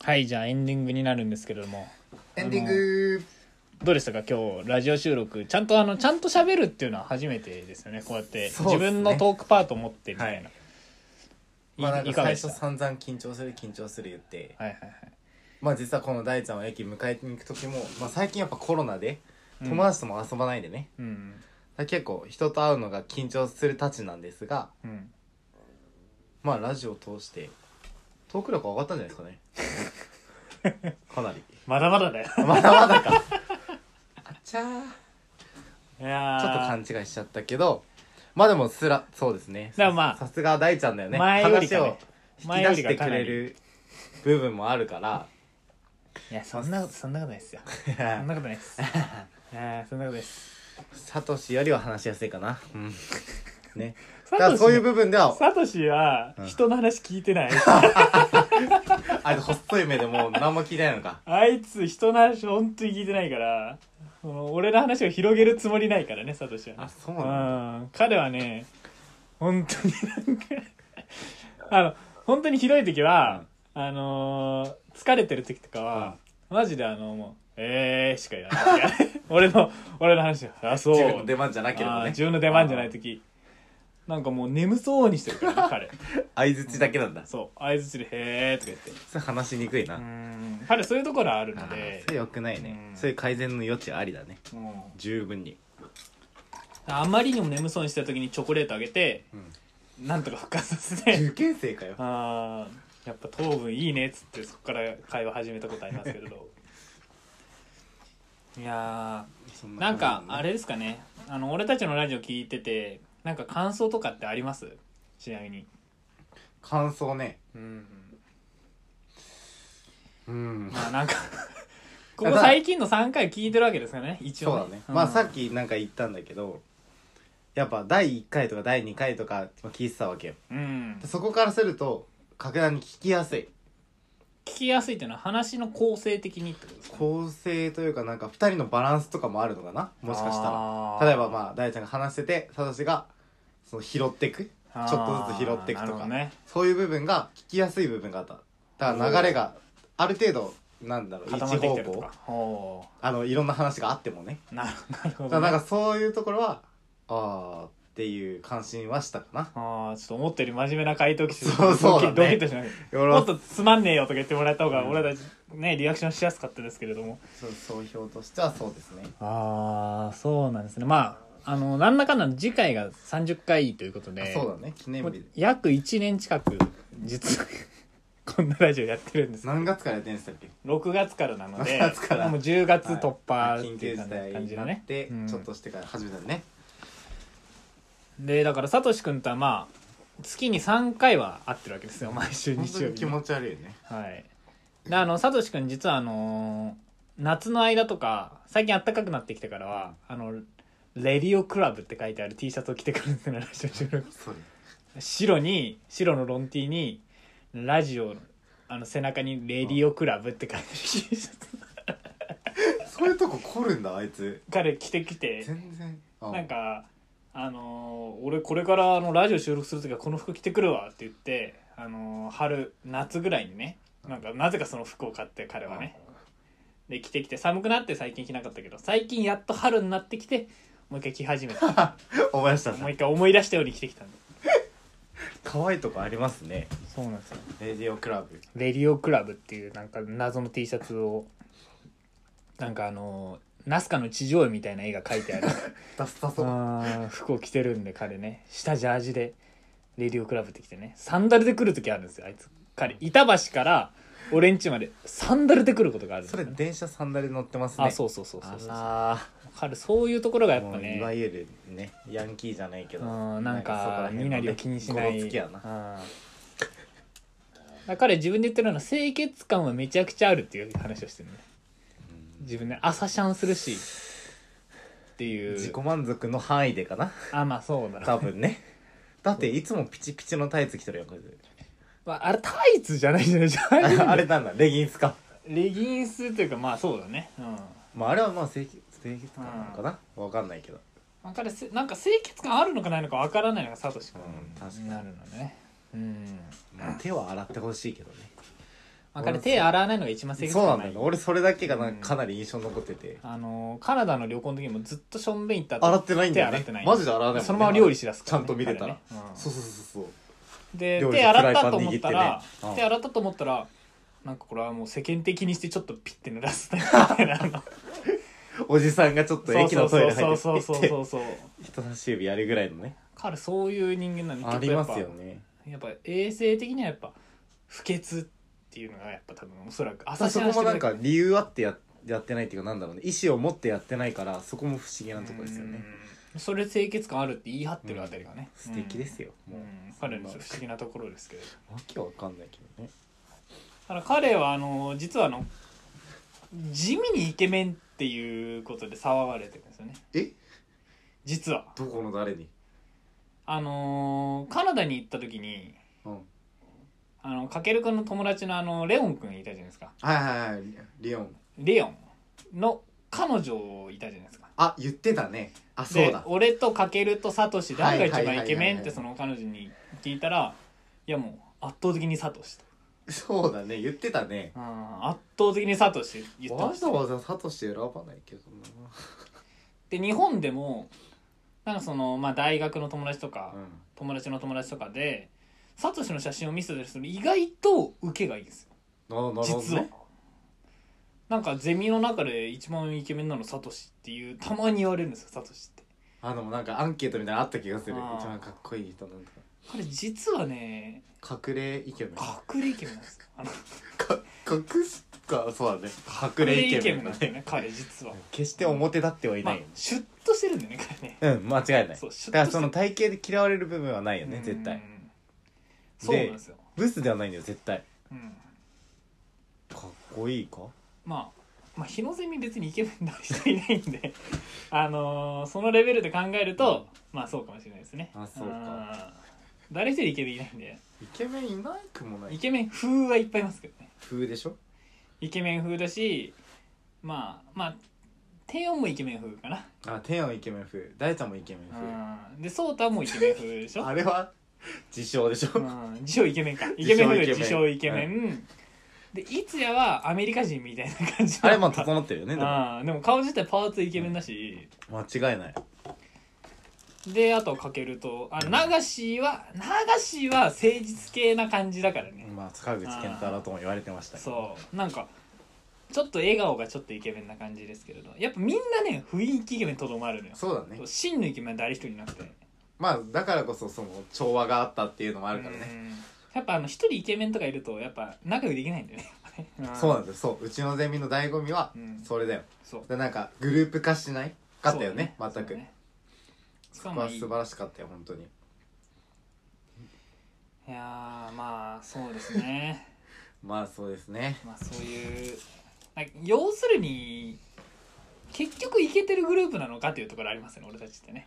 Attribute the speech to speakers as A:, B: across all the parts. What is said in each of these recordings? A: はいじゃあエンディングになるんですけれども
B: エンディング
A: どうでしたか今日ラジオ収録ちゃんとあのちゃんと喋るっていうのは初めてですよねこうやって、
B: そうっすね
A: 自分のトークパート持ってみたいな、い
B: まあなん
A: いか
B: か
A: が
B: 最
A: でし
B: 初
A: た
B: 散々緊張する緊張する言って
A: はいはい
B: まあ実はこの大ちゃんを駅迎えに行く時も、まあ、最近やっぱコロナで
A: うん
B: 友達とも遊ばないでね、
A: はいうん
B: だから結構人と会うのが緊張するたちなんですが
A: うん
B: まあラジオを通してトーク力上がったんじゃないですかね かなり
A: まだまだだよ
B: まだまだかあっちゃー
A: いや
B: ちょっと
A: ー
B: 勘違いしちゃったけどまあでもすらそうですね
A: だからまあ
B: さすが大ちゃんだよね
A: 前よりかね
B: 話を引
A: 前
B: き
A: より
B: 出し
A: が
B: て
A: か
B: く
A: な
B: れ
A: り
B: る部分もあるから
A: いやそんなことそんなことないですよそんなことないです いやーそんなことないです
B: サトシよりは話しやすいかな。うん。ね。
A: サ
B: だからそういう
A: 分
B: 部分では、
A: サトシは人の話聞いてない、
B: あいつ細い目でもう何も聞いてないのか。
A: あいつ人の話本当に聞いてないからその俺の話を広げるつもりないからねサトシはね
B: あ、そう
A: う
B: なんだ。
A: ん彼はね本当になんかあの本当にひどい時は、あのー疲れてる時とかは、マジであのもう「えー」しか言わない 俺の俺の話あそう
B: 自分の出番じゃなけれ
A: あ
B: ば
A: ー
B: ね。
A: 自分の出番じゃない時なんかもう眠そうにしてるからね彼
B: 相づちだけなんだ。
A: そう相づちで「へー」とか言って
B: それ話しにくいうな。
A: ん彼そういうところある
B: あ
A: の
B: ー
A: で
B: それ良くないね
A: う。ん
B: そういう改善の余地ありだね。
A: うん
B: 十分に。
A: あまりにも眠そうにしてた時にチョコレートあげて、なんとか復活させて
B: 受験生かよ。
A: あーやっぱ糖分いいねっつってそこから会話始めたことありますけれ どいやー なんかあれですかねあの俺たちのラジオ聞いててなんか感想とかってありますちなみに
B: 感想ね。
A: うん
B: うん。
A: まあ なんかここ最近の3回聞いてるわけですからね一
B: そう
A: 応
B: だね。まあさっきなんか言ったんだけど、やっぱ第1回とか第2回とか聞いてたわけよ。
A: うん
B: そこからすると、格段に聞きやすい。
A: 聞きやすいっていうのは話の構成的にってことですか
B: 構成というかなんか2人のバランスとかもあるのかなもしかした
A: あ
B: ら
A: ー
B: 例えばまあ大ちゃんが話しててサトシがその拾ってくちょっとずつ拾って
A: あー
B: く
A: なる
B: と
A: ほ
B: か、
A: どね
B: そういう部分が聞きやすい部分があっただから流れがある程度なんだろう一
A: 固まってき
B: 方
A: てると
B: 向
A: かほ
B: あのいろんな話があってもね
A: うなるなるほど、
B: だ
A: ね、
B: からなんかそういうところはああっていう関心はしたかな
A: ああちょっと思ったより真面目な回答期数
B: そうそうだね
A: ドキドキッとしなき
B: よ
A: もっ
B: ろ
A: とつまんねえよとか言ってもらった方が
B: うん
A: 俺たちねリアクションしやすかったですけれども
B: そう総評としてはそうですね
A: ああそうなんですねまああのなんだかんだ次回が30回ということ
B: あ
A: で
B: そうだね記念
A: も
B: 日
A: う
B: で
A: 約1年近く実は こんなラジオやってるんです
B: 何月からやってんでしたっけ
A: 6月からなので
B: 6月から
A: もう10月
B: はい
A: 突破って
B: 緊急
A: いう
B: 事
A: 感じ,、
B: 態
A: 感じ
B: に
A: の
B: なっ
A: ね
B: て、
A: うん
B: ちょっとしてから始めたのね
A: でだからさとし君とはまあ月に3回は会ってるわけですよ毎週
B: 本
A: 日
B: 当
A: 曜
B: に
A: 日
B: 気
A: に
B: 持ち悪いよね
A: はい。で、あの、さとしくん実はあのー夏の間とか、最近暖かくなってきたからは、あの、レディオクラブって書いてある T シャツを着てくるんですよね、ラジオ収録。
B: それ
A: 白に、白のロンティーに、ラジオの、あの、背中にレディオクラブって書いてある T シャツ。
B: そういうとこ凝るんだあいつ
A: 彼着てきて、
B: 全然あ
A: なんか、あのー俺これからあのラジオ収録する時はこの服着てくるわって言って、あのー春夏ぐらいにねなんかなぜかその服を買って彼はねで着てきて寒くなって最近着なかったけど最近やっと春になってきてもう一回着始め た
B: 思い出したん
A: も
B: だ
A: う一回思い出したように着てきたんだ
B: 可愛いとこありますね
A: そうなんですよ
B: レディオクラブ
A: レディオクラブっていうなんか謎の T シャツをなんかあのーナスカの地上絵みたいな絵が描いてある
B: ダスタそう
A: あー服を着てるんで彼ね下ジャージでレディオクラブってきてねサンダルで来る時あるんですよあいつ彼板橋から俺ん家までサンダルで来ることがあるんで
B: そ
A: すよ
B: れ
A: ね、
B: 電車サンダル乗ってますね
A: あそううそうそうそうそう
B: あ
A: 彼そういうところが
B: ら
A: やっぱ
B: もういわ
A: ね
B: ゆるねヤンキーじゃないけ
A: う
B: ど
A: んなんか身なりを気にしな
B: ゴロ
A: い
B: つきやな
A: うん彼自分で言ってるのは清潔感はめちゃくちゃあるっていう話をしてるね自分で朝シャンするしっていう
B: 自己満足の範囲でかな
A: あまあそうだろう
B: 多分 ねだっていつもピチピチのタイツ着てるよこいつ
A: まあ、あれタイツじゃないじゃないじゃ ない
B: ああれなんだレギンスか
A: レギンスというかまあそうだねうん
B: まああれはまあ清潔清潔感なのかなわかんないけど
A: まあ彼せなんか清潔感あるのかないのかわからないのがサトシ君
B: うん確かに
A: になるのね、うん
B: まあ、手は洗ってほしいけどね
A: あ彼手洗わないのが一番正解
B: そうなんだよね俺それだけがなんかかなり印象に残ってて、
A: あのーカナダの旅行の時もずっとしょんべん行った後
B: 洗ってないんだよ
A: 手洗
B: ね
A: ってない
B: マジで洗わないもんね
A: そのまま料理しだすからね、
B: ちゃんと見れたら
A: 彼ねうん
B: そうそうそうそう
A: で
B: 料理
A: 手洗ったと思ったら、
B: フライパン握ってねうん
A: 手洗ったと思ったらなんかこれはもう世間的にしてちょっとピッて濡らす みたいなあの
B: おじさんがちょっと駅のトイレ入って
A: そうそうそうそうそうそう
B: 人差し指やるぐらいのね
A: 彼そういう人間なんで
B: ありますよね
A: やっぱやっぱ衛生的にはやっぱ不潔っていうのがやっぱ多分おそらく朝
B: そこもなんか理由あってややってないっていうかなんだろうね意思を持ってやってないからそこも不思議なとこですよね
A: それ清潔感あるって言い張ってるあたりがね、
B: 素敵です
A: よ、
B: よ、
A: うん
B: もう、
A: 彼の不思議なところですけど
B: わけわかんないけどね
A: ただ彼はあの実はあの地味にイケメンっていうことで騒がれてるんですよね
B: え
A: 実は
B: どこの誰に
A: あのーカナダに行った時に
B: うん
A: あのかけるくんの友達のあのレオンくんいたじゃないですか
B: はいはいはいリオン
A: レオンの彼女いたじゃないですか
B: あ言ってたねあそう
A: で
B: だ
A: 俺とかけるとサトシ誰が一
B: はいはいはいはいは
A: 番イ
B: い
A: ケメンってその彼女に聞いたらいやもう圧倒的にサトシと、
B: そうだね言ってたね
A: うん、圧倒的にサトシ言って
B: わ
A: ました
B: ざわざサトシ選ばないけど
A: で日本でもなんかその、まあ、大学の友達とか
B: な、うん
A: 友達の友達とかでサトシの写真を見せたりすると意外と受けがいいんですよ
B: ななるほど
A: 実は
B: ね。
A: なんかゼミの中で一番イケメンなのサトシっていうたまに言われるんですよサトシって
B: あでもなんかアンケートみたいなのあった気がする
A: あー
B: 一番かっこいい人なんと
A: 彼実はね
B: か隠れイケメン
A: 隠れイケメンなんですよあの
B: か隠すかそうだね
A: 隠
B: 隠
A: れ
B: れ
A: イ
B: イ
A: ケ
B: ケ
A: メン
B: メン
A: なんで
B: だ
A: すよ
B: ね
A: ね彼実は、
B: 決して表立ってはい
A: まあ
B: ないよね、
A: シュッとしてるんだよね彼ね
B: うん間違いない
A: そうシュッとして
B: だからその体型で嫌われる部分はないよ
A: う
B: ね
A: ん
B: 絶対
A: そうなんですよ、
B: ブスではないんだよ絶対
A: うん、
B: かっこいいか
A: まあまあ日のゼミ別にイケメンな人いないんで あのーそのレベルで考えるとまあそうかもしれないですね
B: あそうか
A: あー誰一人イケメンいないんで
B: イケメンいないくもな
A: イケメン風はいっぱいいますけどね
B: 風でしょ
A: イケメン風だしまあまあ低音もイケメン風かな
B: あ天はイケメン風大ちゃんもイケメン
A: うんでソータもイケメン風でし
B: 風
A: ょ
B: あれは自称でしょ
A: うん自称イケメン かイケメン風で自
B: 自
A: 称
B: 称
A: イ
B: イ
A: ケ
B: ケ
A: メ
B: メ
A: ン
B: ン、
A: でいつやはアメリカ人みたいな感じ
B: あれまあ整ってるよねでも
A: あでも顔自体パーツイケメンだし、
B: 間違いない
A: であとかけるとあ流しは流しは誠実系な感じだからね、
B: まあ塚口健太郎とも言われてましたけど
A: そうなんかちょっと笑顔がちょっとイケメンな感じですけれどやっぱみんなね雰囲気イケメンとどまるのよ
B: そうだね
A: 真のイケメン誰一人いなくて
B: まあだからこそその調和があったっていうのもあるからね
A: うんやっぱあの一人イケメンとかいるとやっぱ仲良くできないんだよねん
B: そうなんですそううちのゼミの醍醐味は
A: うん
B: それだよ
A: そう
B: でなんかグループ化しないかったよね
A: そう
B: 全く
A: そうだねしか
B: ここ
A: も
B: はい
A: い
B: 素晴らしかったよ本当に
A: いやーまあそうですね
B: まあそうですね
A: まあそういうなんか要するに結局イケてるグループなのかっていうところありますよね俺たちってね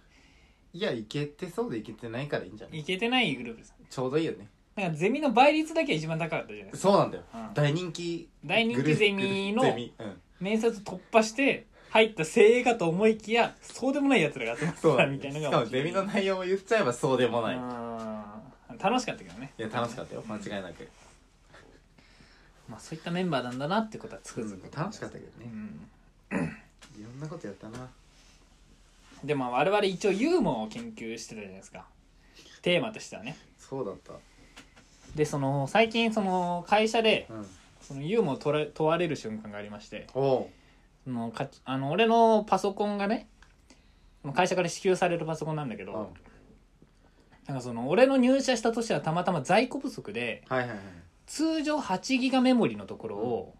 B: いやいけてそうでいけてないからいいんじゃない
A: イケてないグループです
B: ちょうどいいよね
A: なんかゼミの倍率だけは一番高かったじゃないですか
B: そうなんだよ
A: うん
B: 大人気
A: 大人気ゼミの
B: グループゼミうん
A: 面接突破して入った精鋭かと思いきやそうでもないやつらが集まって
B: そうな
A: た
B: ん
A: みた
B: だ
A: いな
B: よし
A: の
B: か
A: が
B: もゼミの内容も言っちゃえばそうでもない
A: うん楽しかったけどね
B: いや楽しかったよ間違いなく
A: まあそういったメンバーなんだなってことはつくづく、
B: うん楽しかったけど
A: う
B: ね
A: ん
B: いろんなことやったな
A: でまあ我々一応ユーモアを研究してたじゃないですかテーマとしてはね
B: そうだった
A: でその最近その会社で
B: うん
A: そのユーモアを問わ問われる瞬間がありまして
B: おお
A: そのかあの俺のパソコンがね会社から支給されるパソコンなんだけ
B: う
A: ど、
B: うんはい
A: なんかその俺の入社した年はたまたま在庫不足で
B: はいはい
A: 通常8ギガメモリのところを、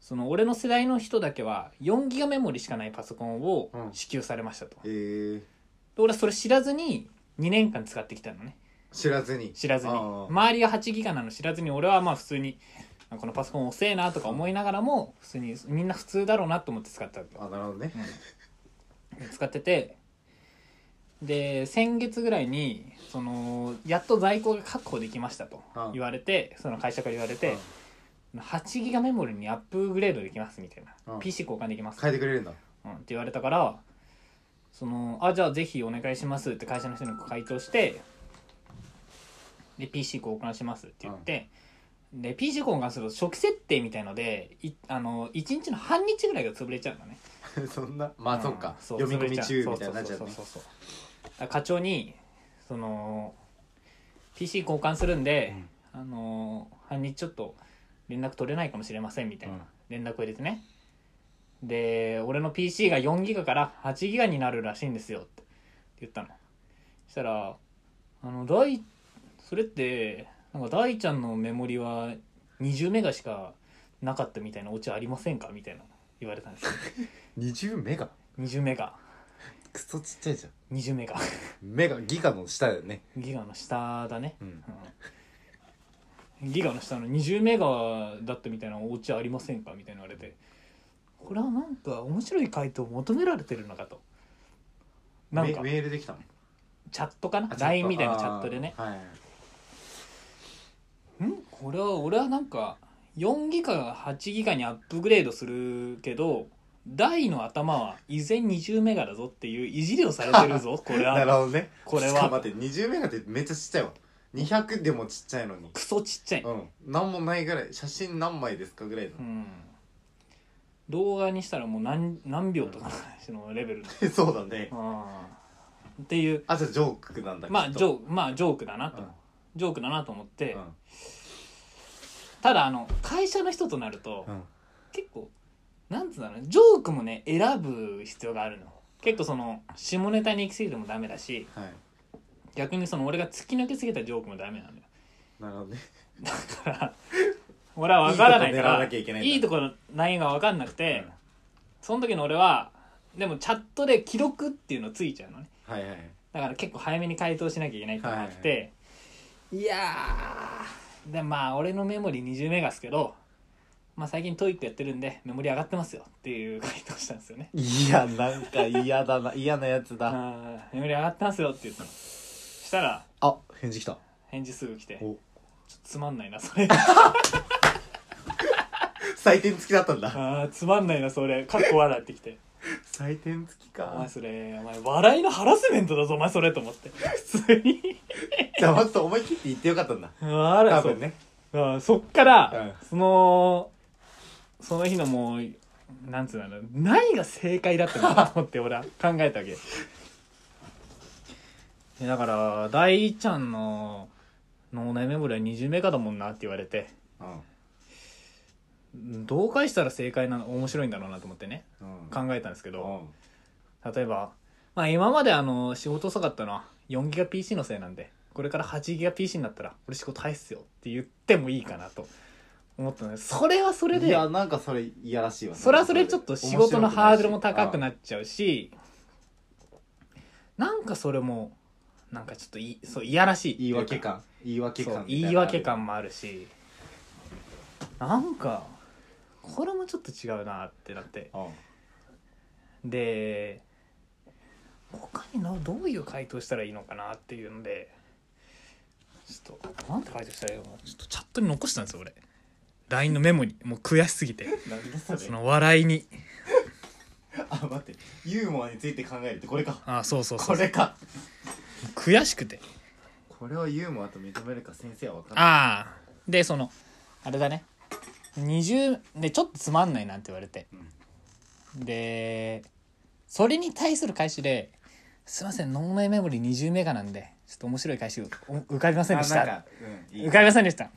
A: その俺の世代の人だけは4ギガメモリしかないパソコンを
B: うん
A: 支給されましたと、
B: え
A: で
B: ー
A: 俺はそれ知らずに2年間使ってきたのね
B: 知らずに
A: 知らずに
B: あー
A: 周りが8ギガなの知らずに俺はまあ普通にあこのパソコン遅えなとか思いながらも普通にみんな普通だろうなと思って使ってた
B: あなるほどね
A: うん使っててで先月ぐらいにそのやっと在庫が確保できましたと
B: うん
A: 言われてその会社から言われて8ギガメモリにアップグレードできますみたいな
B: うん
A: PC 交換できます
B: 変えてくれるんだ
A: うんって言われたからそのあじゃあぜひお願いしますって会社の人に回答してで PC 交換しますって言って、で PC 交換すると初期設定みたいのでいあの1日の半日ぐらいが潰れちゃうのね
B: そんなまあそっか読み込み中みたいになっちゃうね
A: ね課長にその PC 交換するんで、
B: うん
A: あの半日ちょっと連絡取れないかもしれませんみたいな、
B: うん
A: 連絡を入れてねで俺の PC が4ギガから8ギガになるらしいんですよって言ったのそしたらあの大それってなんか大ちゃんのメモリは20メガしかなかったみたいなオチありませんかみたいな言われたんですよ
B: 20メガ
A: 20メガ
B: クソちっちゃいじゃん
A: 20メガ
B: メガギガの下だよね
A: ギガの下だね、
B: うん
A: うんギガの下の20メガだったみたいなお家ありませんかみたいな言われてこれはなんか面白い回答を求められてるのかとなんか
B: メメールできたの
A: チャットか
B: あ
A: な
B: チャット
A: LINE みたいなチャットでね
B: あーはい
A: んこれは俺はなんか4ギガが8ギガにアップグレードするけど大の頭は依然20メガだぞっていういじりをされてる ぞこれ
B: なる
A: は
B: ほどね
A: これは
B: しかも待って20メガってめっちゃちっちゃいわ200でもちっちゃいのに
A: クソちっちゃい、
B: うん何もないぐらい写真何枚ですかぐらいの
A: う、ん動画にしたらもう何何秒とかのレベルの
B: そうだね
A: うんっていう
B: あじゃあジョークなんだ
A: まあジ
B: ー
A: ョークまあジョークだなと、
B: うん
A: ジョークだなと思って、
B: うん
A: ただあの会社の人となると、
B: うん
A: 結構なんつうんだろうねジョークもね選ぶ必要があるの結構その下ネタに行き過ぎてもダメだし
B: はい
A: 逆にその俺が突き抜けすぎたジョークもダメなんだよ
B: なるほどね
A: だから俺は分からないから
B: いいとこ狙わなきゃいけないんだ
A: いいところないが分かんなくて、その時の俺はでもチャットで既読っていうのついちゃうのね
B: はいはい
A: だから結構早めに回答しなきゃいけないってなって、、
B: はい
A: やーでまあ俺のメモリ20メガっすけど、まあ、最近トイックやってるんでメモリ上がってますよっていう回答したんですよね
B: いやなんか嫌だな嫌なやつだ
A: あーメモリ上がってますよって言ったのしたら
B: あ返事来た
A: 返事すぐ来てちょっと
B: お
A: つまんないなそ れ
B: 採点付きだったんだ
A: あーつまんないなそれかっこ笑ってきて
B: 採点付き
A: お前
B: か
A: それお前笑いのハラスメントだぞお前それと思って普通に
B: じゃあまず思い切って言ってよかったんだ
A: 笑
B: 多
A: いそう
B: 分ね
A: ああそっから、そのその日のもうなんつうの何が正解だったのかと思って俺は考えたわけでだから大ちゃんの脳内メモリは20メガだもんなって言われて
B: うん
A: どう返したら正解なの面白いんだろうなと思ってね
B: うん
A: 考えたんですけ
B: う
A: ど
B: ん
A: 例えば、まあ、今まであの仕事遅かったのは4ギガ PC のせいなんでこれから8ギガ PC になったら俺仕事早いっすよって言ってもいいかなと思ったのでそれはそれ
B: い
A: で
B: やなんかそれいやらしいわ
A: それはそれでちょっと仕事のハードルも高くな
B: っ
A: っちゃうしなんかそれもなんかちょっといそういやらしいって
B: 言
A: い
B: いう
A: か
B: 訳感言い訳
A: そう
B: 感みた
A: 言
B: ないのある
A: 訳感もあるしなんかこれもちょっと違うなってなって
B: うん
A: で他になどういう回答したらいいのかなっていうのでちょっとなんて回答したらいいのかなちょっとチャットに残したんですよ俺 LINE のメモにもう悔しすぎて
B: なんでそれ
A: その笑いに
B: あ待ってユーモアについて考えるってこれか
A: あそうそうそ
B: こ
A: う
B: れか
A: 悔しくて
B: これをユーモアと認めるか先生は分かんない
A: ああでそのあれだね20でちょっとつまんないなんて言われて、でそれに対する返しで「すいません脳内メモリ20メガなんでちょっと面白い返しをお浮かびませんでし
B: あなん
A: た
B: か」うんいい
A: 浮かびませんでした、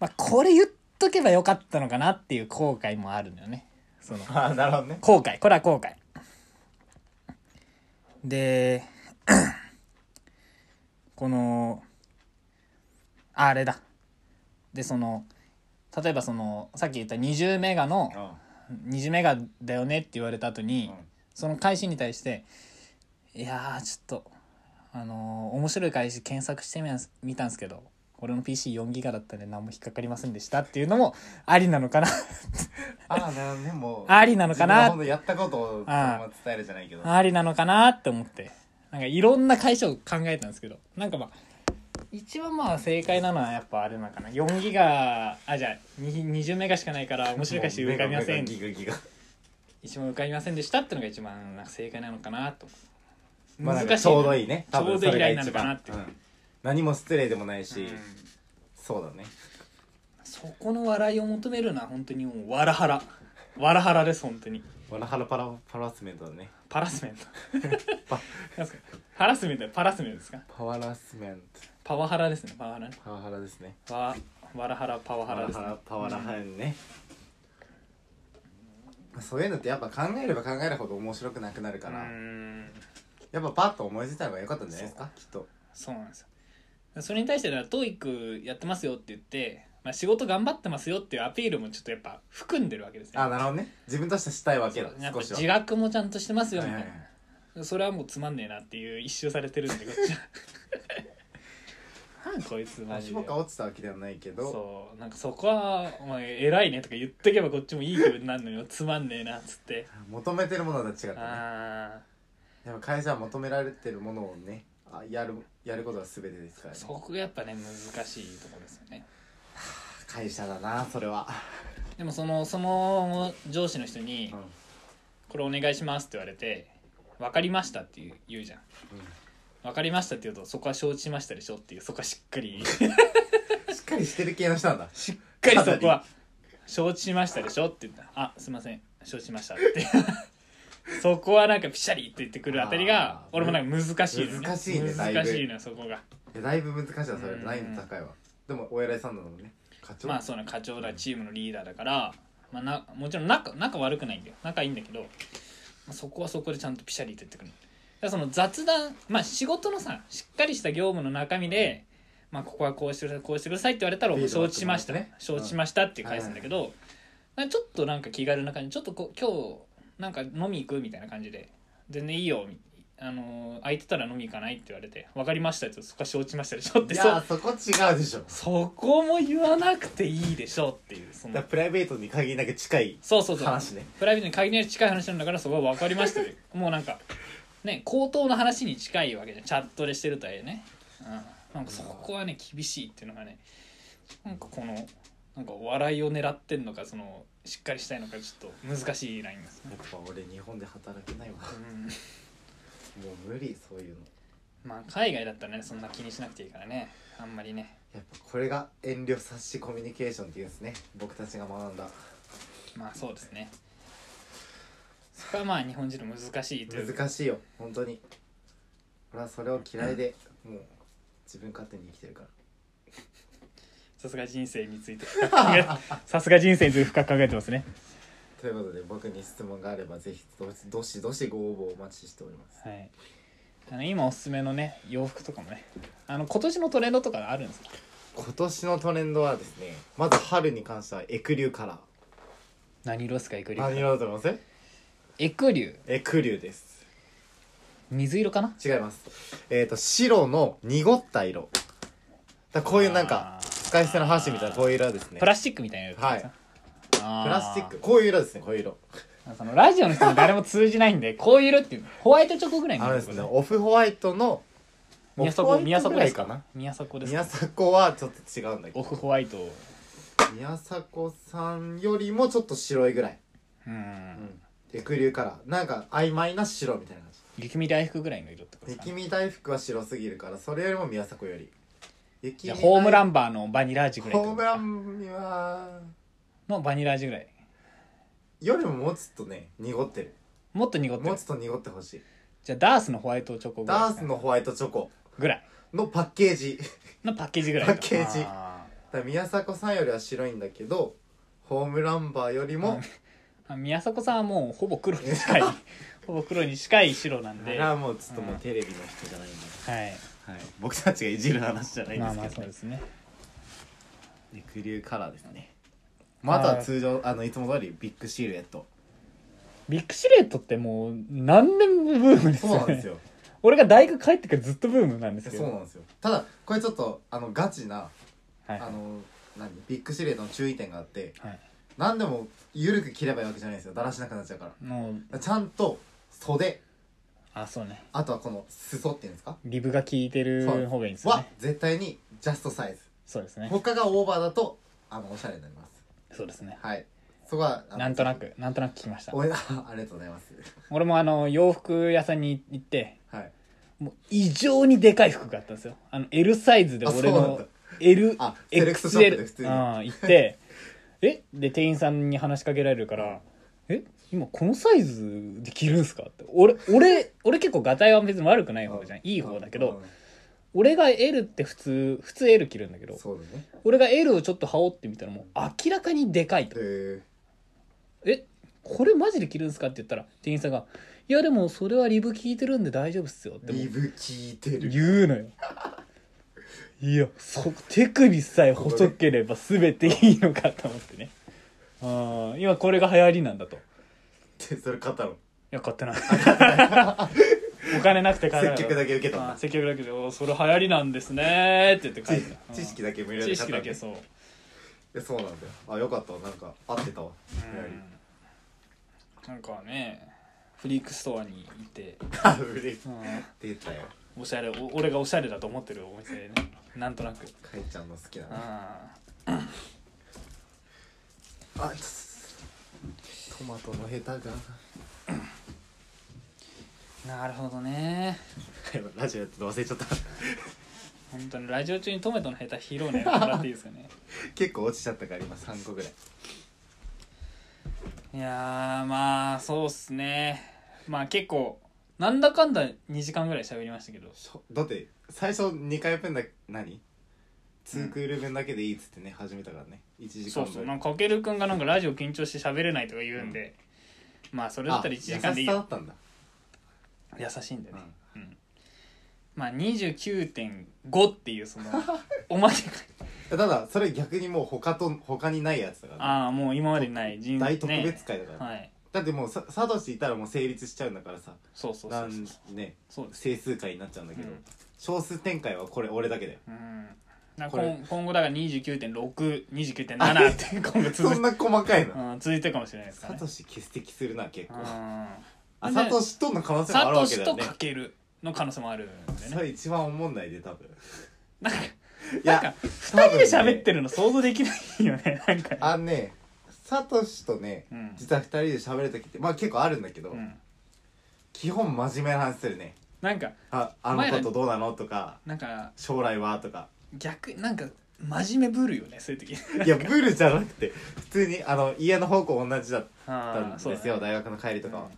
A: まあ、これ言っとけばよかったのかなっていう後悔もあるんだよねその
B: あなるほどね
A: 後悔これは後悔で このああれだでその例えばそのさっき言った20メガの
B: うん
A: 20メガだよねって言われた後に、
B: うん
A: その返しに対して「いやーちょっとあのー面白い返し検索してみた見たんですけど俺の PC4 ギガだったんで何も引っかかりませんでした」っていうのもありなのかな
B: ああなるほどねもう
A: ありなのかな
B: 自分の本当やったことをそのまま伝えるじゃないけど
A: ありなのかなって思ってなんかいろんな解消を考えたんですけどなんかまあ一番まあ正解なのはやっぱあれなのかな4ギガあじゃあに20メガしかないから面白い返し浮かびません
B: ギガギガ
A: 一番浮かびませんでしたってのが一番なんか正解なのかなと
B: まあなんか
A: 難しい
B: ちょうどいいね
A: ちょうどいいラインなの
B: の
A: かなって
B: うん何も失礼でもないし、
A: うん
B: そうだね
A: そこの笑いを求めるな本当にもうわらはらわらはらです本当に
B: わらはらパラパラスメントだね
A: パラスメント
B: パ
A: なんすかハラスメントパラスメントですか
B: パワラスメン
A: パワハラですねパワハラね
B: トパワハラですね
A: わわらはらパワハ
B: パ
A: ラ
B: ワ
A: です
B: ハ
A: ね
B: ラパワラハラね、そういうのってやっぱ考えれば考えるほど面白くなくなるから、
A: うん
B: やっぱパッと思いついたのが良かったんじゃないですかきっと
A: そうなんですよそれに対してだからトイックやってますよって言って、まあ、仕事頑張ってますよっていうアピールもちょっとやっぱ含んでるわけですよ
B: あなるほどね自分としてしたいわけだ
A: やっぱ
B: 少しは
A: 自学もちゃんとしてますよみたいな、
B: はいはいはい
A: それはもうつまんねえなっていう一周されてるんでこっ ちはなんこいつマジ
B: 足
A: で
B: もか落ちたわけではないけど
A: そうなんかそこは「お前偉いね」とか言っとけばこっちもいい気分になるのよつまんねえなっつって
B: 求めてるものとは違ったね
A: あ
B: やっぱ会社は求められてるものをねあやるやることが全てですか
A: あ
B: らね
A: そこがやっぱね難しいところですよね
B: 会社だなそ れは、
A: でもそのその上司の人に
B: うん
A: 「これお願いします」って言われて「分かりました」って言う言うじゃん分かりましたって言うとそこは承知しましたでしょっていうそこはしっかりしっ
B: しっかりしてる系の人なんだ
A: しっかりそこは承知しましたでしょって言ったらあすいません承知しましたって そこはなんかピシャリって言ってくるあたりが
B: あー
A: 俺もなんか難しいの
B: 難しいねだいぶ
A: 難しいのよそこが
B: いやだいぶ難しいなそれ
A: うん
B: 難易度高いわでもお偉いさんなのね課長、
A: まあその課長だチームのリーダーだから、まあ、なもちろん仲仲悪くないんだよ仲いいんだけど、まあ、そこはそこでちゃんとピシャリって言ってくるだからその雑談まあ仕事のさしっかりした業務の中身で、まあ、ここはこうしてくださいこうしてくださいって言われたら
B: フィ
A: もう
B: ードバ
A: 承
B: ック
A: 知しました、
B: もらってね
A: 承知しましたって返すんだけど、なんかちょっとなんか気軽な感じちょっとこう今日なんか飲み行くみたいな感じで全然いいよみあのー空いてたら飲み行かないって言われて分かりましたってそこは承知しましたでしょって
B: い
A: そう
B: やそこ違うでしょ
A: そこも言わなくていいでしょうっていうそ
B: だ
A: の
B: からプライベートに限りなく近い
A: そうそうそう
B: 話ね
A: プライベートに限りなく近い話なんだからそこは分かりましたよ もうなんかね口頭の話に近いわけじゃんチャットでしてるとはえね、うん、なんかそこはね厳しいっていうのがねなんかこのなんか笑いを狙ってんのかそのしっかりしたいのかちょっと難しいラインですね
B: やっぱ俺日本で働けないわ
A: うん
B: もう無理そういうの
A: まあ海外だったらねそんな気にしなくていいからねあんまりね
B: やっぱこれが遠慮察しコミュニケーションっていうんですね僕たちが学んだ
A: まあそうですねそこはまあ日本人の難しいというか
B: 難しいよ本当に俺はそれを嫌いでもう自分勝手に生きてるから
A: さすが人生について 深く考えさすが人生について深く考えてますね
B: ということで僕に質問があればぜひどしどしどしご応募お待ちしております
A: はいあの今おすすめのね洋服とかもねあの今年のトレンドとかあるんですか
B: 今年のトレンドはですねまず春に関してはエクリューカラ
A: 何色ですかエク
B: ー
A: リュ
B: 何
A: ウ
B: 色だと思います
A: エクリュウ
B: エクリューです
A: 水色かな
B: 違いますえっ、と白の濁った色だからこういうなんか
A: あー
B: 使い捨ての箸みたいなこういう色ですね
A: プラスチックみたいな色
B: はい
A: プ
B: プラスチックこういう色ですねこういう色
A: そのラジオの人も誰も通じないんでこういう色っていうのホワイトチョコぐらいの
B: あ
A: 色
B: れ
A: で
B: ですす
A: か
B: ねオフホワイトの
A: 宮
B: オフホワ
A: 迫
B: イ
A: 宮
B: ト
A: 迫
B: ぐら
A: で
B: い
A: す
B: か
A: か
B: な
A: 宮迫です
B: 宮
A: か
B: 迫はちょっと違うんだけ
A: オ
B: ど
A: フホワイトを
B: 宮迫さんよりもちょっと白いぐらい、
A: う
B: うんん、エクリューカラーなんか曖昧な白みたいな感
A: 雪見大福ぐらいの色ってことで
B: じ
A: すか
B: 雪見大福は白すぎるからそれよりも宮迫より雪
A: じゃあホームラ
B: ン
A: ンバーのバニラ味ぐらいって
B: ホ
A: こ
B: ー
A: と
B: ム
A: ですか
B: ランには
A: のバニラ味ぐらい
B: よりももうちょっとね濁ってる
A: もっと濁って
B: もう
A: る
B: ちょっと濁ってほしい
A: じゃあダースのホワイトチョコぐらい
B: ダ
A: で
B: ー
A: す
B: ス
A: か
B: のホワイトチョコ
A: ぐらい
B: のパッケージ
A: のパッケージぐらいと
B: パッケージ
A: あ
B: だから宮迫さんよりは白いんだけどホームランバーよりも
A: ー宮迫さんはもうほぼ黒に近 いほぼ黒に近い白なん
B: あ
A: で
B: れはもうちょっともうテレビの人じゃないんで、
A: はい
B: はい、僕たちがいじる話じゃないん
A: ま
B: で
A: あまあ
B: すけど、
A: そうですね
B: エクリューカラーですねまた通常あのいつも通りビッグシルエット
A: ビッグシルエットってもう何年もブームです
B: そうな
A: よ
B: ん
A: ね
B: ですよ
A: 俺が大学帰ってからずっとブームなんですけ
B: そう
A: ど
B: なんですよただこれちょっとあのガチな
A: はい
B: あの何ビッグシルエットの注意点があって
A: はい
B: 何でも緩く切ればいいわけじゃないんですよだらしなくなっちゃうからだか
A: もう
B: らちゃんと袖
A: あそうね
B: あとはこの裾っていうんですか
A: リブが効いてる方がいいんですよ
B: は
A: ね
B: 絶対にジャストサイズ
A: そうですね
B: 他がオーバーだとあのおしゃれになります
A: そうですね
B: はいそこはあの
A: なんとなくなん となく聞きました
B: おありがとうございます
A: 俺もあの洋服屋さんに行って
B: はい
A: もう異常にでかい服があったんですよあの L サイズで俺
B: あそうなん
A: の
B: だ
A: L
B: あセレクトショップで
A: XL
B: 普通に
A: うん行って えで店員さんに話しかけられるから「え今このサイズで着るんすか?」って俺俺俺結構ガタイは別に悪くない方じゃんいい方だけど俺が L って普通普通 L 着るんだけ
B: うん
A: ど
B: そうだね
A: 俺が L をちょっと羽織ってみたらもう明らかにでかいと
B: え
A: えこれマジで着るんですかって言ったら店員さんが「いやでもそれはリブ聞いてるんで大丈夫っすよ」っても
B: ー、リ
A: う
B: ブ聞いてる
A: 言うのよいやそ手首さえ細ければ全ていいのかと思ってねあー今これが流行りなんだとい
B: でそれ買ったの
A: や買って ないお金なくて買えない
B: 接客だけ受けたん
A: あ
B: だ
A: ー接客だけでお「それ流行りなんですね」って言って帰ったうん
B: 知知識だけ無料で
A: 知
B: 買っ
A: 識
B: た
A: だ
B: ん
A: け
B: だ
A: そう
B: いやそうなんだよあよかったわなんか合ってたわやはり
A: なんかねフリークストアにいて、
B: あ嬉しい
A: うん
B: 出たよ
A: おしゃれお俺がおしゃれだと思ってるお店でねなんとなく
B: かいちゃんの好きなのあ
A: あ
B: ちょっとトマトのヘタが
A: ーなるほどね
B: ラジオやってて忘れちゃった
A: 本当にラジオ中にトマトのヘタ披露ねもらっていいですかね
B: 結構落ちちゃったから今3個ぐらい
A: いやーまあそうっすねまあ結構なんだかんだ2時間ぐらい喋りましたけど
B: しょだって最初2回分だ何 ?2 クール分だけでいいっつってね始めたからね1時
A: そう
B: 間分
A: そうなんかかけるくんがなんかラジオ緊張して喋れないとか言うんで、まあそれだったら1時間でいい
B: あ優し
A: よ
B: さだったんだ
A: 優しいんでね、うんまあ29.5っていう そのおまけ
B: ただそれ逆にもう他と他にないやつだから、ね、
A: ああもう今までにない人
B: 大特
A: ね
B: 別会だから、
A: はい
B: だってもうさサトシいたらもう成立しちゃうんだからさ
A: そうそうそ
B: な
A: うそうん
B: ね
A: そうです
B: 整数回になっちゃうんだけど、
A: うん
B: 少数展開はこれ俺だけだよ
A: うんなん
B: こ
A: か
B: れ
A: 今今後だから29.629.7って今後
B: そ
A: 続
B: ん
A: い
B: な細かいの
A: うん、続いてるかもしれないですか
B: サ
A: ね
B: トシ欠席するな結構
A: う
B: あ
A: ね
B: サトシとの可能
A: ん
B: 性もあ
A: サ
B: るわ
A: ト
B: け
A: シ
B: だ
A: と
B: よね
A: かけるの可能性もあるんで
B: そ
A: ね
B: れ一番思んないで多分
A: なんか
B: い
A: なん
B: や
A: か2人で喋ってるの想像できないよね なんか
B: あのねサトシとね
A: うん
B: 実は2人で喋る時ってまあ結構あるんだけど、
A: うん
B: 基本真面目な話するね
A: なんか
B: ああの
A: 前ら
B: ことどうなのとか
A: なんか
B: 将来はとか
A: 逆なんか真面目ぶるよねそういう時
B: いやブルじゃなくて普通にあの家の方向同じだったん
A: あ
B: で
A: ー
B: す
A: そうだね
B: よ、大学の帰りとかは、
A: うん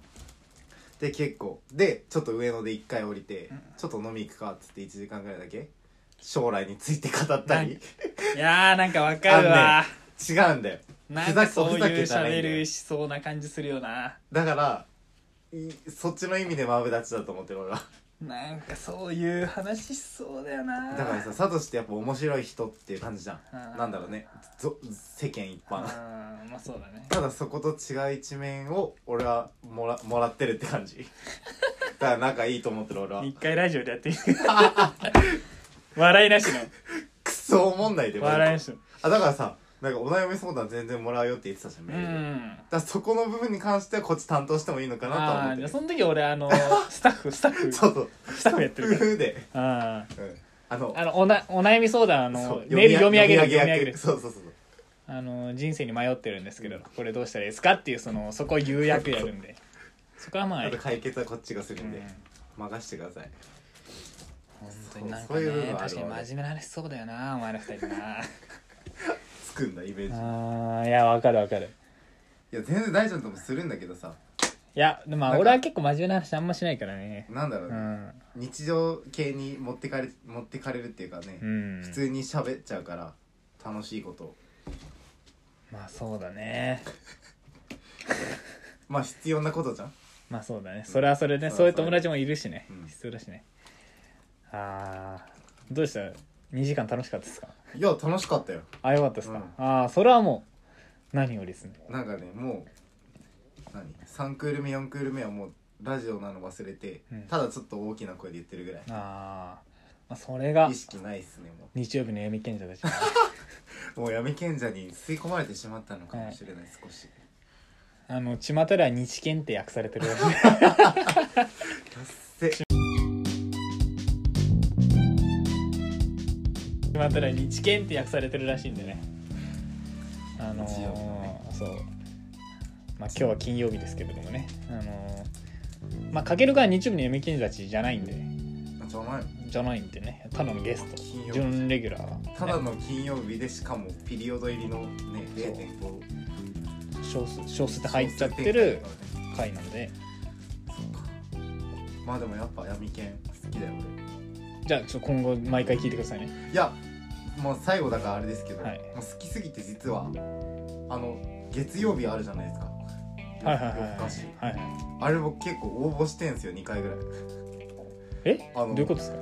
B: で結構でちょっと上野で1回降りて、
A: うん
B: ちょっと飲み行くかっつって1時間ぐらいだけ将来について語ったり
A: いやーなんかわかるわ、
B: 違うんだよ
A: なんかそう
B: ふざ
A: いう
B: けじゃないんだ
A: 喋
B: よ
A: るしそうな感じするよな
B: だからいそっちの意味でマブダチだと思ってる俺は
A: なんかそういう話しそうだよな
B: だからさサトシってやっぱ面白い人っていう感じじゃ
A: うん
B: んなんだろうねぞ世間一般
A: あーまあそうだね
B: ただそこと違う一面を俺はもらもらってるって 感じだから仲いいと思ってる俺は
A: 一回ラジオでやってみる 笑いなしの
B: クソおもんないで
A: 笑いなしの
B: あだからさなんかお悩み相談全然もらうよって言ってたじゃん
A: う
B: メールで、だか
A: ん
B: らそこの部分に関してはこっち担当してもいいのかなとは
A: あ
B: 思
A: あー
B: って
A: じ
B: る
A: ゃあその時俺 あのスタッフスタッフ
B: そうそう
A: スタッフやってるか
B: 夫婦で、
A: らあ
B: うん、あの
A: あのおなお悩み相談あ
B: そ
A: の
B: う
A: メール読み上げる読み上
B: 読み上
A: げ
B: げ
A: る
B: るそうそうそうそう
A: あの人生に迷ってるんですけどこれどうしたらいいですかっていうそのそこを言う役やるんで そこはまあ
B: あと解決はこっちがする
A: うん
B: で、
A: ん
B: 任してください
A: 本当になんか
B: そうそういう部分
A: ね
B: はある
A: 確かに真面目な話しそうだよなお前ら二人 な
B: つくんだイメージ
A: あーいやわかるわかる
B: いや全然大丈夫ともするんだけどさ
A: いやでもま
B: なん
A: あ
B: か
A: 俺は結構真面目な話あんましないからね
B: なんだろう
A: う
B: ね、
A: ん、
B: 日常系に持ってかれ持ってかれるっていうかね、
A: うん、
B: 普通に喋っちゃうから楽しいことを
A: まあそうだね
B: まあ必要なことじゃん
A: まあそうだねそれはそれで、ね
B: うん
A: そういう友達もいるしね、
B: うん
A: 必要だしねあーどうでした2時間楽しかったですか
B: いや楽しかったよ
A: あよかったですか、
B: うん
A: ああそれはもう何よりですね
B: なんかねもう何3クール目4クール目はもうラジオなの忘れて、
A: うん
B: ただちょっと大きな声で言ってるぐらい
A: あー、まあそれが
B: 意識ないっすねも
A: 日曜日の闇賢者たちの
B: うもう闇賢者に吸い込まれてしまったのかもしれない、少し
A: あの巷では日賢って訳されてるらしい
B: 達成
A: 巷では日賢って訳されてるらしいんでねあのー
B: 日曜日の
A: そうまあ今日は金曜日ですけれどもねあのーまあかけるが日曜日の闇賢者たちじゃないんで
B: じゃない
A: じゃないんでねただのゲス
B: 金
A: ト
B: 曜
A: 準レギュラー、
B: ただ
A: ね
B: の金曜日でしかもピリオド入りのね
A: そう
B: 0.5
A: 少数少数で入っちゃってる回なんで
B: まあでもやっぱ闇犬好きだよ
A: じゃあちょっと今後毎回聞いてくださいね
B: 俺いやもう最後だからあれですけど、
A: はい
B: もう好きすぎて実はあの月曜日あるじゃないですか
A: はいはいはいはい
B: 夜更かし
A: はいはい
B: あれ僕結構応募してんすよ2回ぐらい
A: え
B: あ
A: ど
B: の
A: ういうことですか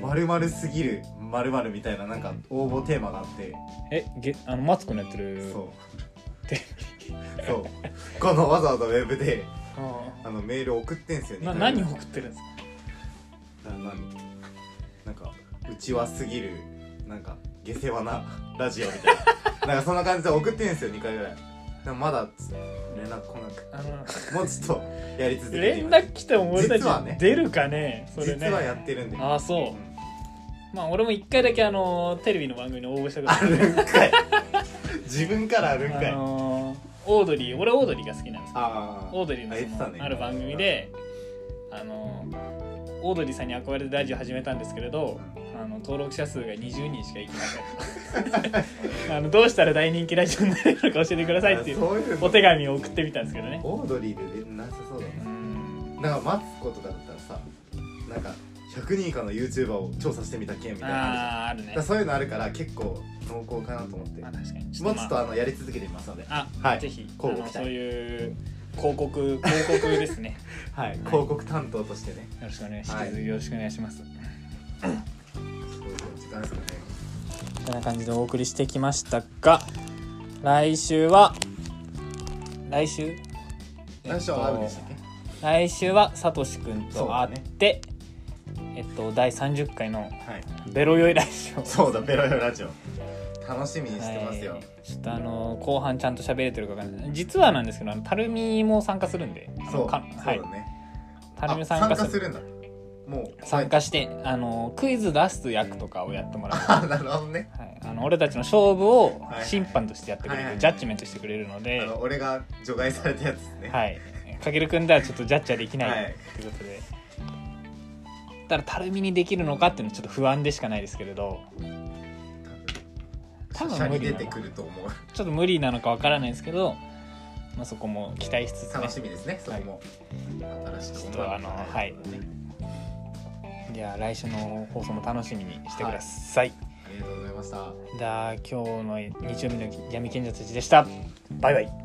B: 〇〇すぎる〇〇みたいななんか応募テーマがあって
A: えげあのマツコのやってる
B: そう
A: で
B: そうこのわざわざウェブで
A: あ
B: あのメール送ってんすよ
A: あな何
B: 二回ぐら
A: を
B: い
A: 送ってるんです
B: な何なんかうちはすぎるなんか下世話なラジオみたい ななんかそんな感じで送ってんすよ2回ぐらいでもまだ連絡来なく
A: かあの
B: もうちょっとやり続けて
A: 連
B: 今
A: 絡来ても俺た
B: 実はね
A: ち出るかねそれ
B: 実は
A: ね
B: やってるんで
A: ああそう
B: うん
A: まあ俺も一回だけあのテレビの番組に応募したこと
B: あ
A: ある
B: るんかい自分からあるんかい、
A: あのーオードリー俺オードリーが好きなんですよ
B: あー
A: オードリーの
B: あ言って
A: そ
B: た
A: の
B: ね
A: ある番組であのオードリーさんに憧れてラジオ始めたんですけれどあの登録者数が20人しかいきませんあのどうしたら 大人気ラジオになれるのか教えてくださいっていう
B: そういうの
A: お手紙を送ってみたんですけどね
B: オードリーでなさそうだ
A: うん
B: ななんか待つことだったらさなんか100人以下の YouTuber を調査してみた件みたいなのあるじゃん
A: あーある
B: だか
A: ね
B: らそういうのあるから結構濃厚かなと思って
A: まあ確かに
B: もうちょっと
A: まあ
B: あのやり続けてみますので
A: あ、
B: はい
A: ぜひあ
B: 乞うご期
A: の
B: 待
A: そういう広告広告です ね
B: はい広告担当としてね
A: よろしくお願いします、
B: はい
A: 引き続きよろしくお願いします
B: 時間ですかね
A: こんな感じでお送りしてきましたが来週は来週
B: 来週はあるんでしたっけ
A: 来週はさとしくんと会って、えっと第30回の
B: はい
A: 「ベロ酔い ラジオ」
B: そうだベロヨラジオ楽しみにしてますよ
A: はいちょっとあの後半ちゃんと喋れてるかわかんない実はなんですけどあのたるみも参加するんであの
B: そうそう
A: かは
B: だ
A: い
B: ね
A: たるみ
B: あ
A: 参加する
B: するんだもう
A: 参加してあのクイズ出す役とかをやって もらう
B: あなるほどね
A: はい、あの俺たちの勝負を
B: はいはい
A: 審判としてやってくれる、
B: はいはい
A: ジャッジメントしてくれるので、
B: あ
A: は
B: の俺が除外されたやつですね
A: いかけるくんではちょっとジャッジはでき
B: は
A: ない
B: い
A: ということで、ただたるみにできるのかっていうのはちょっと不安でしかないですけれど多
B: 多分
A: 分
B: 社
A: 無
B: に
A: 理
B: 出
A: な
B: て
A: の
B: くると思う
A: ちょっと無理なのかわからないですけど、まあ、そこも期待しつつね
B: 楽しみですねそこも新しく
A: ちょっとあのはい
B: ね
A: じゃあ来週の放送も楽しみにしてください、
B: ありがとうございました
A: じゃあ今日の日曜日の闇賢者たちでしたバイバイ